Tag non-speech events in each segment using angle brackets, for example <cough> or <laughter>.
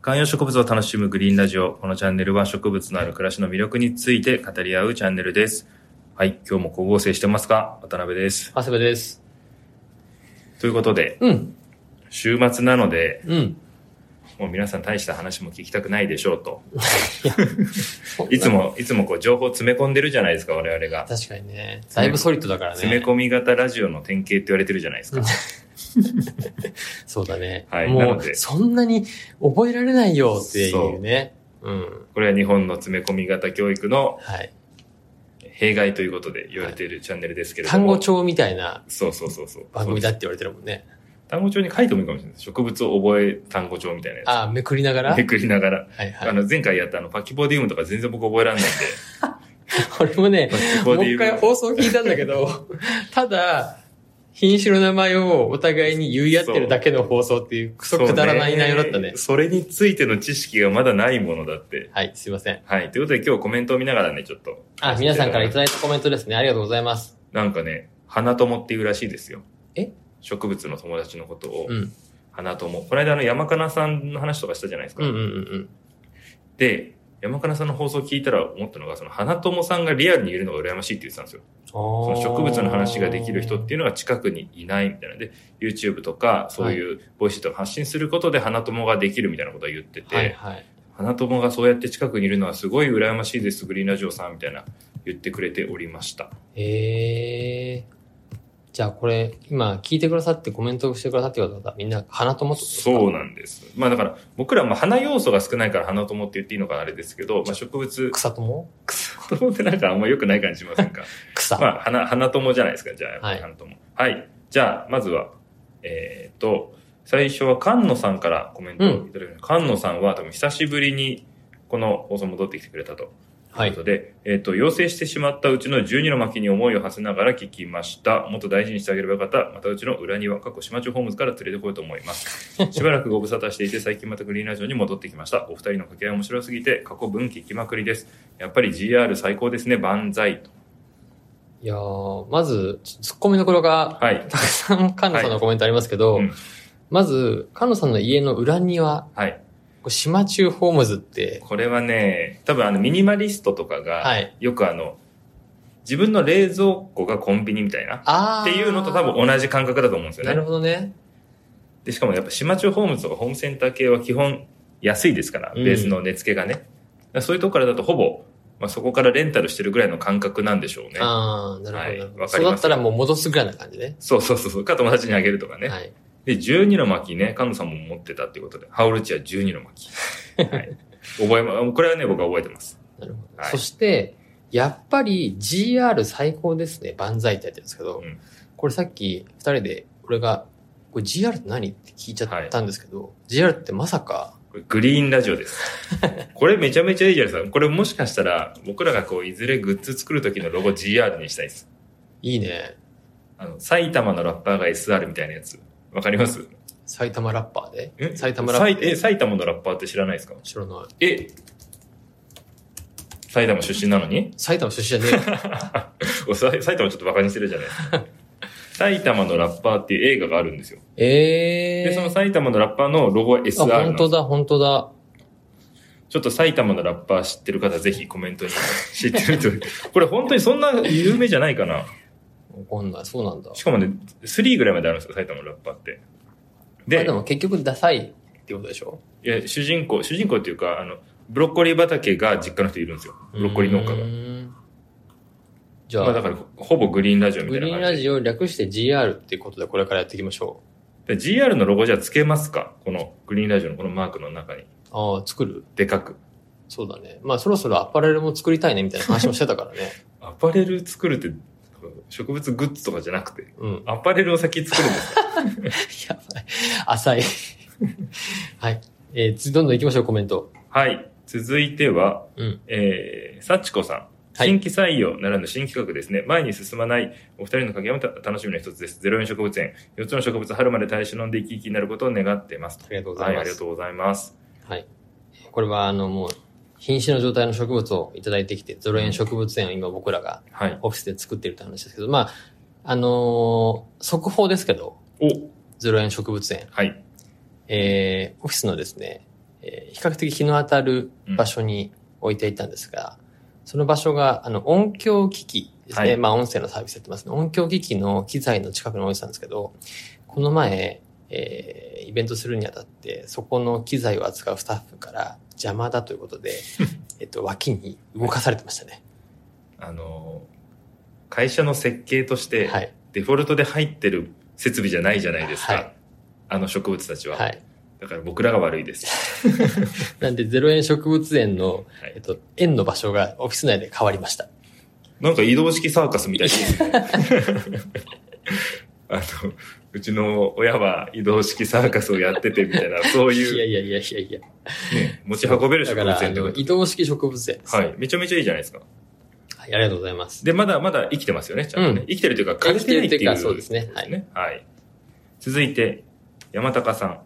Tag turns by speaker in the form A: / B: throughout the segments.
A: 観葉植物を楽しむグリーンラジオ。このチャンネルは植物のある暮らしの魅力について語り合うチャンネルです。はい、今日も光合成してますか渡辺です。
B: 長谷部です。
A: ということで、
B: うん、
A: 週末なので、
B: うん。
A: もう皆さん大した話も聞きたくないでしょうと。
B: そんない
A: つ。も、いつもこう情報詰め込んでるじゃないですか、我々が。
B: 確かにね。だいぶソリッドだからね。
A: 詰め込み型ラジオの典型って言われてるじゃないですか。
B: そうだね。
A: はいな
B: も
A: ので
B: う、そんなに覚えられないよっていうね。うん。
A: これは日本の詰め込み型教育の
B: はい。
A: 弊害ということで言われているチャンネルですけれども。
B: 単語帳みたいな
A: そうそうそうそう。
B: 番組だって言われてるもんね。
A: 単語帳に書いてもいいかもしれないです。植物を覚え単語帳みたいなや
B: ああ、めくりなが
A: つ。
B: ら
A: め。くりながら。
B: はいは
A: あ
B: い。
A: の、前回やったあの、パキボディウムとか全然僕覚えられないんで。
B: <laughs> 俺もね
A: パ、キボ
B: <laughs> も
A: ディ
B: う一
A: ウム。
B: 回放送聞いたんだけど、 <laughs> ただ、品種の名前をお互いに言い合ってるだけの放送っていうクソくだらない内容だったね。
A: そうねそれについての知識がまだないものだって。
B: はい、すいません。
A: はい。ということで今日コメントを見ながらね、ちょっと。
B: あ、皆さんからいただいたコメントですね。ありがとうございます。
A: なんかね、花友っていうらしいですよ。
B: え
A: 植物の友達のことを
B: う、ん。
A: 花友。この間あの、山かなさんの話とかしたじゃないですか。
B: うんうんうんうん。
A: で、山かなさんの放送聞いたら思ったのが、その花友さんがリアルにいるのが羨ましいって言ってたんですよ。そ
B: そ
A: の植物の話ができる人っていうのが近くにいないみたいなので、YouTube とかそういうボイスとか発信することで花友ができるみたいなことは言ってて、
B: はいはい。
A: 花友がそうやって近くにいるのはすごい羨ましいです、グリーンラジオさんみたいな言ってくれておりました。
B: ええじゃあこれ、今聞いてくださってコメントしてくださってる方、みんな花友ってことですか
A: そうなんです。まあだから僕らはまあ花要素が少ないから花友って言っていいのかあれですけど、まあ植物、
B: 草友
A: <laughs> 花友ってなんかあんま良くない感じしませんか
B: 草。
A: まあ花、花友じゃないですか、じゃあやっぱり
B: はい
A: 花友。はい、じゃあまずは、えーっと、最初は菅野さんからコメントをいただきました。菅野さんは多分久しぶりにこの放送戻ってきてくれたと。
B: は
A: という
B: い
A: こ。とで、えっ、と、要請してしまったうちの12の巻に思いを馳せながら聞きました。もっと大事にしてあげればよかった。またうちの裏庭、過去島町ホームズから連れてこようと思い
B: <laughs>
A: ます。しばらくご無沙汰していて、最近またグリーンラジオに戻ってきました。お二人の掛け合い面白すぎて、過去文聞きまくりです。やっぱり GR 最高ですね、万歳と。
B: いやーまず、ちょっとツッコミどころが、
A: はい。
B: たくさん菅野さんのコメントありますけど、
A: はいうん
B: まず、菅野さんの家の裏庭、
A: はい。
B: これ島中ホームズって、
A: これはね、多分あの、ミニマリストとかが、
B: はい。
A: よくあの、自分の冷蔵庫がコンビニみたいな。
B: あー
A: っていうのと多分同じ感覚だと思うんですよね。
B: なるほどね。
A: で、しかもやっぱ島中ホームズとかホームセンター系は基本安いですから、
B: うん
A: ベースの値付けがね。だからそういうとこからだとほぼ、まあ、そこからレンタルしてるぐらいの感覚なんでしょうね。
B: ああ、なるほど
A: はい
B: なるほど、
A: わか
B: そう
A: ります
B: だったらもう戻すぐらいな感じね。
A: そうそうそうそう。か友達にあげるとかね。
B: はい。
A: で、12の巻ね、菅野さんも持ってたっていうことで、ハオルチア12の巻。はい。覚えま、これはね、僕は覚えてます。
B: なるほど。
A: はい
B: そして、やっぱり GR 最高ですね。万歳ってやってるんですけど、
A: うん
B: これさっき二人で、俺が、これ GR って何って聞いちゃったんですけど、GR ってまさか、
A: これグリーンラジオです。これめちゃめちゃいいじゃないですか。これもしかしたら、僕らがこう、いずれグッズ作る時のロゴ GR にしたいです。
B: いいね。
A: あの、埼玉のラッパーが SR みたいなやつ。わかります
B: 埼玉ラッパーで。
A: え
B: 埼玉ラッパー
A: 埼え、埼玉のラッパーって知らないですか
B: 知らない。
A: え埼玉出身なのに
B: 埼玉出身じゃね
A: おさ埼玉ちょっとバカにしてるじゃないですか。
B: <laughs>
A: 埼玉のラッパーっていう映画があるんですよ。
B: え。えー。
A: <laughs> で、その埼玉のラッパーのロゴは SR
B: あ、
A: な
B: 本
A: んで
B: 当
A: す
B: だ、本当だ。
A: ちょっと埼玉のラッパー知ってる方ぜひコメントに知ってると。これ本当にそんな有名じゃないかな。
B: わかんない。そうなんだ。
A: しかもね、3ぐらいまであるんですよ、埼玉のラッパーって。
B: で
A: で
B: で、も結局ダサいってことでしょ
A: いや主人公、主人公っていうか、あの、ブロッコリー畑が実家の人いるんですよ。ブロッコリー農家が。
B: が。じゃあ、
A: まあだから、ほぼグリーンラジオみた
B: グ
A: いな
B: リーン
A: 感
B: ラ
A: じ
B: ジオ略して GR っていうことでこれからやっていきましょ
A: で。GR のロゴじゃあつけますかこのグリーンラジオのこのマークの中に。
B: う。ああ、作る
A: でかく。
B: そうだね。まあそろそろアパレルも作りたいねみたいな話もしてたからね。 <laughs>
A: アパレル作るって、植物グッズとかじゃなくて、
B: うん。
A: アパレルを先作るん
B: <laughs>
A: ですか
B: やばい。浅い。 <laughs> はい。えー、つどんどん行きましょう、コメント。
A: はい。続いては、
B: うん
A: えー、幸子さん。
B: はい
A: 新規採用ならぬ新企画ですね。前に進まないお二人の掛け合いもた楽しみの一つです。04植物園。4つの植物春まで耐え忍んで生き生きになることを願っています。
B: ありがとうござ
A: はいい、あ
B: ま
A: りがと
B: す。
A: うございます。
B: はい。これはあのもう、瀕死の状態の植物をいただいてきて、ゾロ園植物園を今僕らが
A: はい。
B: オフィスで作ってるって話ですけど、まあ、あのー速報ですけど、
A: お、
B: ゾロ園植物園、
A: はい。
B: えー、オフィスのですね、えー比較的日の当たる場所に置いていたんですが、その場所が、あの、音響機器ですね。
A: はい
B: まあ、音声のサービスやってますね。音響機器の機材の近くに置いてたんですけど、この前、えーイベントするにあたって、そこの機材を扱うスタッフから邪魔だという
A: <laughs>
B: ことで、えっと、脇に動かされてましたね。
A: あのー、会社の設計として、
B: はい。
A: デフォルトで入ってる設備じゃないじゃないですか。
B: はい
A: あの植物たちは、
B: はい。
A: だから僕らが悪いです。
B: なんで、ゼロ円植物園の、
A: はい
B: えっと、園の場所がオフィス内で変わりました。
A: なんか移動式サーカスみ
B: <laughs>
A: たいですね。あの、うちの親は移動式サーカスをやっててみたいな、そう
B: い
A: いう、
B: やいやいやいやいや。
A: ね、持ち運べる
B: だ
A: 植
B: か
A: 物
B: ら、あ
A: 園ってこ
B: の
A: と
B: 移動式植物園です。
A: はい。めちゃめちゃいいじゃないですか。
B: はい。ありがとうございます。
A: で、まだまだ生きてますよね、ちゃんとね。
B: うん
A: 生きてるというか、枯れてないっていう。
B: 生きてるというかそうですねはい
A: ねはい。続いて、山高さん。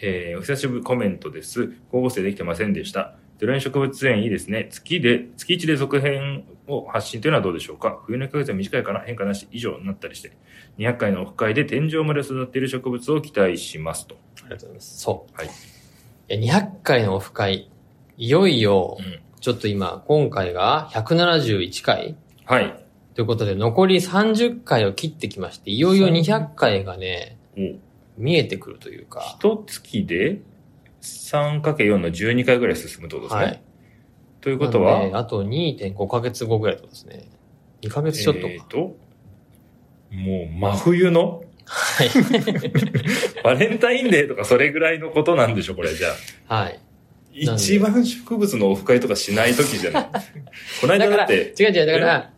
A: えー、お久しぶりコメントです。候補生できてませんでした。ドライン植物園いいですね。月で、月1で続編を発信というのはどうでしょうか冬の1ヶ月は短いかな変化なし以上になったりして。200回のオフ会で天井まで育っている植物を期待しますと。
B: ありがとうございます。そう。
A: はい
B: え200回のオフ会。いよいよ
A: う、ん。
B: ちょっと今、今回が171回
A: はい。
B: ということで、残り30回を切ってきまして、いよいよ200回がね、
A: お
B: 見えてくるというか、
A: 一月で 3×4 の12回ぐらい進むってことですね。
B: はい。
A: ということは
B: なの、であと2.5ヶ月後ぐらいってことですね。2ヶ月ちょっとか。
A: えーと、もう真冬の <laughs> バレンタインデーとかそれぐらいのことなんでしょ、これじゃあ。
B: はい。はい。なんで
A: 一番植物のオフ会とかしない時じゃ
B: <laughs>
A: ない。この間
B: だか
A: だっ
B: ら、違
A: て
B: う、違う、だから、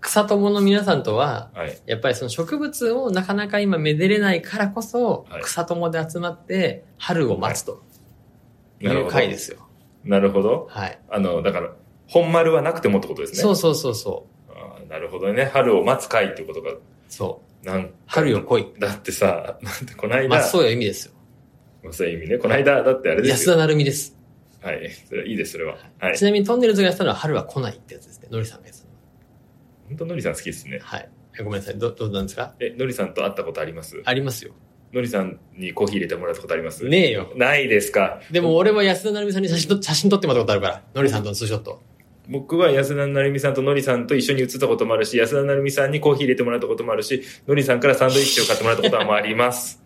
B: 草友の皆さんとは、
A: はい。
B: やっぱりその植物をなかなか今めでれないからこそ
A: はい、
B: 草友で集まって春を待つとい
A: なる
B: う
A: ほど
B: 回。ですよ。
A: なるほど。
B: はい。
A: あの、だから、本丸はなくてもってことですね。
B: そうそうそうそう。
A: あーなるほどね。春を待つ会ってことが、
B: そう。
A: なんか
B: 春よ来い。
A: だってさ、 <laughs> なんてこの間、
B: まあそういう意味ですよ。
A: まあそういう意味ね。この間、だってあれです
B: 安
A: よ。
B: 田成美です。
A: はい。それはいいです、それは。はい
B: ち。なみにトンネルズがやってたのは春は来ないってやつですね。のりさんがやってたの
A: 本当のりさん好きですね。
B: はい。ごめんなさい。ど、どうなんですか
A: え、のりさんと会ったことあります
B: ありますよ。
A: のりさんにコーヒー入れてもらったことあります
B: ねえよ。
A: ないですか。
B: でも俺は安田成美さんに写真と写真撮ってもらったことあるから。のりさんとのツーショット。
A: 僕は安田成美さんとのりさんと一緒に写ったこともあるし、安田成美さんにコーヒー入れてもらったこともあるし、のりさんからサンドイッチを買ってもらったこともあり
B: <laughs>
A: ます。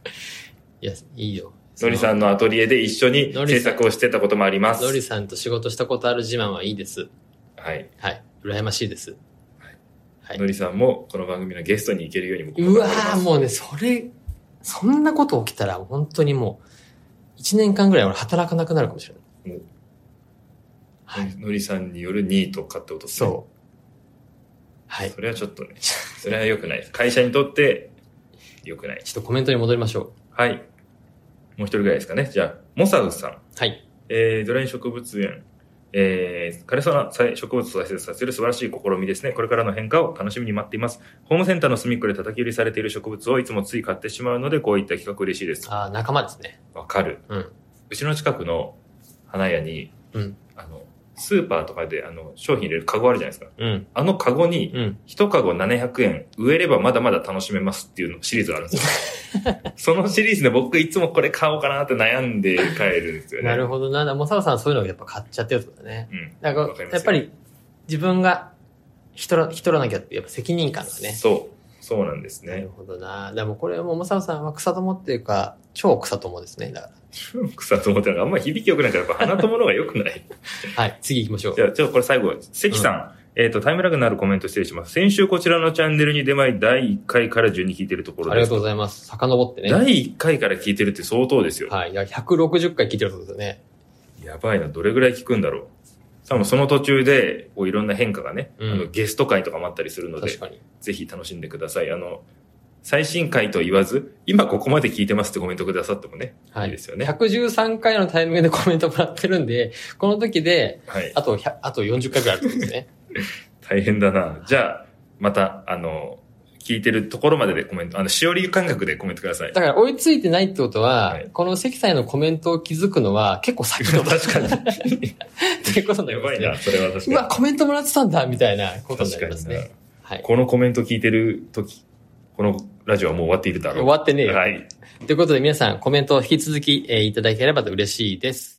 B: いや、いいよ。
A: のりさんのアトリエで一緒に
B: のり
A: 制
B: さん
A: 作をしてたこともあります
B: の。りさんと仕事したことある自慢はいいです。
A: はい。
B: はい。羨ましいです。はい
A: のりさんもこの番組のゲストに行けるように僕も
B: うわ
A: 頑張り
B: ー
A: ます。
B: もうね、それ、そんなこと起きたら、本当にもう、1年間ぐらい俺働かなくなるかもしれない。
A: お
B: はい。
A: のりさんによるニートかってことですね。
B: そう。はい。ちょ
A: それはちょっとね、それは良くないです。会社にとって良くない。
B: っとコメントに戻りましょう。
A: はい。もう一人ぐらいですかね。じゃあ、モサウさん。
B: はい。
A: えー、ドライン植物園、えー、枯れそうな栽植物を再生させる素晴らしい試みですね。これからの変化を楽しみに待っています。ホームセンターの隅っこで叩き売りされている植物をいつもつい買ってしまうので、こういった企画嬉しいです。
B: ああ、仲間ですね。
A: わかる。
B: うん。
A: うちの近くの花屋に、
B: うん
A: あの、スーパーとかであの商品入れるカゴあるじゃないですか。
B: うん。
A: あのカゴに、
B: うん。
A: 一カゴ700円、植えればまだまだ楽しめますっていうのシリーズがあるんです
B: <laughs>
A: よ。そのシリーズで僕いつもこれ買おうかなって悩んで帰るんですよね。
B: なるほどな。もう、サワさんはそういうのをやっぱ買っちゃってるってことだね。
A: うん。
B: だか
A: わかり
B: ら、
A: ますよ
B: やっぱり、自分が、人ら、人らなきゃって、やっぱ責任感がね。
A: そう。そうなんです
B: な
A: ね
B: る。ほどな。でもこれはもう、もさおさんは草友っていうか、超草友ですね。だか
A: 草と思ったのがあんまり響き良くないから、やっぱ花友の方が良くない。
B: <laughs> ら。はい。次行きましょう
A: じ。ゃあ、ちょっとこれ最後、関さん。えっ、と、タイムラグのあるコメント失礼します。先週こちらのチャンネルに出前第1回から順に聞いてるところ
B: あり
A: で
B: が
A: す。
B: とうございます。遡ってね。
A: 第1回から聞いてるって相当ですよ。
B: はい。いや、160回聞いてるってことですよね。
A: やばいな、どれぐらい聞くんだろう。多分その途中で、こういろんな変化がね、
B: うん
A: あのゲスト会とかもあったりするので
B: 確、かに。
A: ぜひ楽しんでください。あの、最新回と言わず、今ここまで聞いてますってコメントくださってもね、、
B: はいい。
A: いですよね。
B: 113回のタイミングでコメントもらってるんで、この時で、
A: はい。
B: あと100、あと40回ぐらいあるんで
A: <laughs>
B: すね。
A: 大変だな。じゃあ、また、あの、聞いてるところまででコメント、あの、しおり感覚でコメントください。
B: だから追いついてないってことは、
A: はい
B: この関さんへのコメントを気づくのは結構先の
A: <laughs>
B: こ
A: 確か
B: <laughs>
A: に。
B: とっていうことにな
A: や
B: りま
A: ばい
B: すね
A: な、。それは確
B: うわ、
A: か
B: コメントもらってたんだ、みたいなこ
A: に。
B: とに
A: 確
B: な
A: か
B: ります
A: にな
B: ね。はい。
A: このコメント聞いてるとき、このラジオはもう終わっているだろう。
B: 終わってねえよ。
A: はい。
B: ということで皆さんコメントを引き続き、えーいただければと嬉しいです。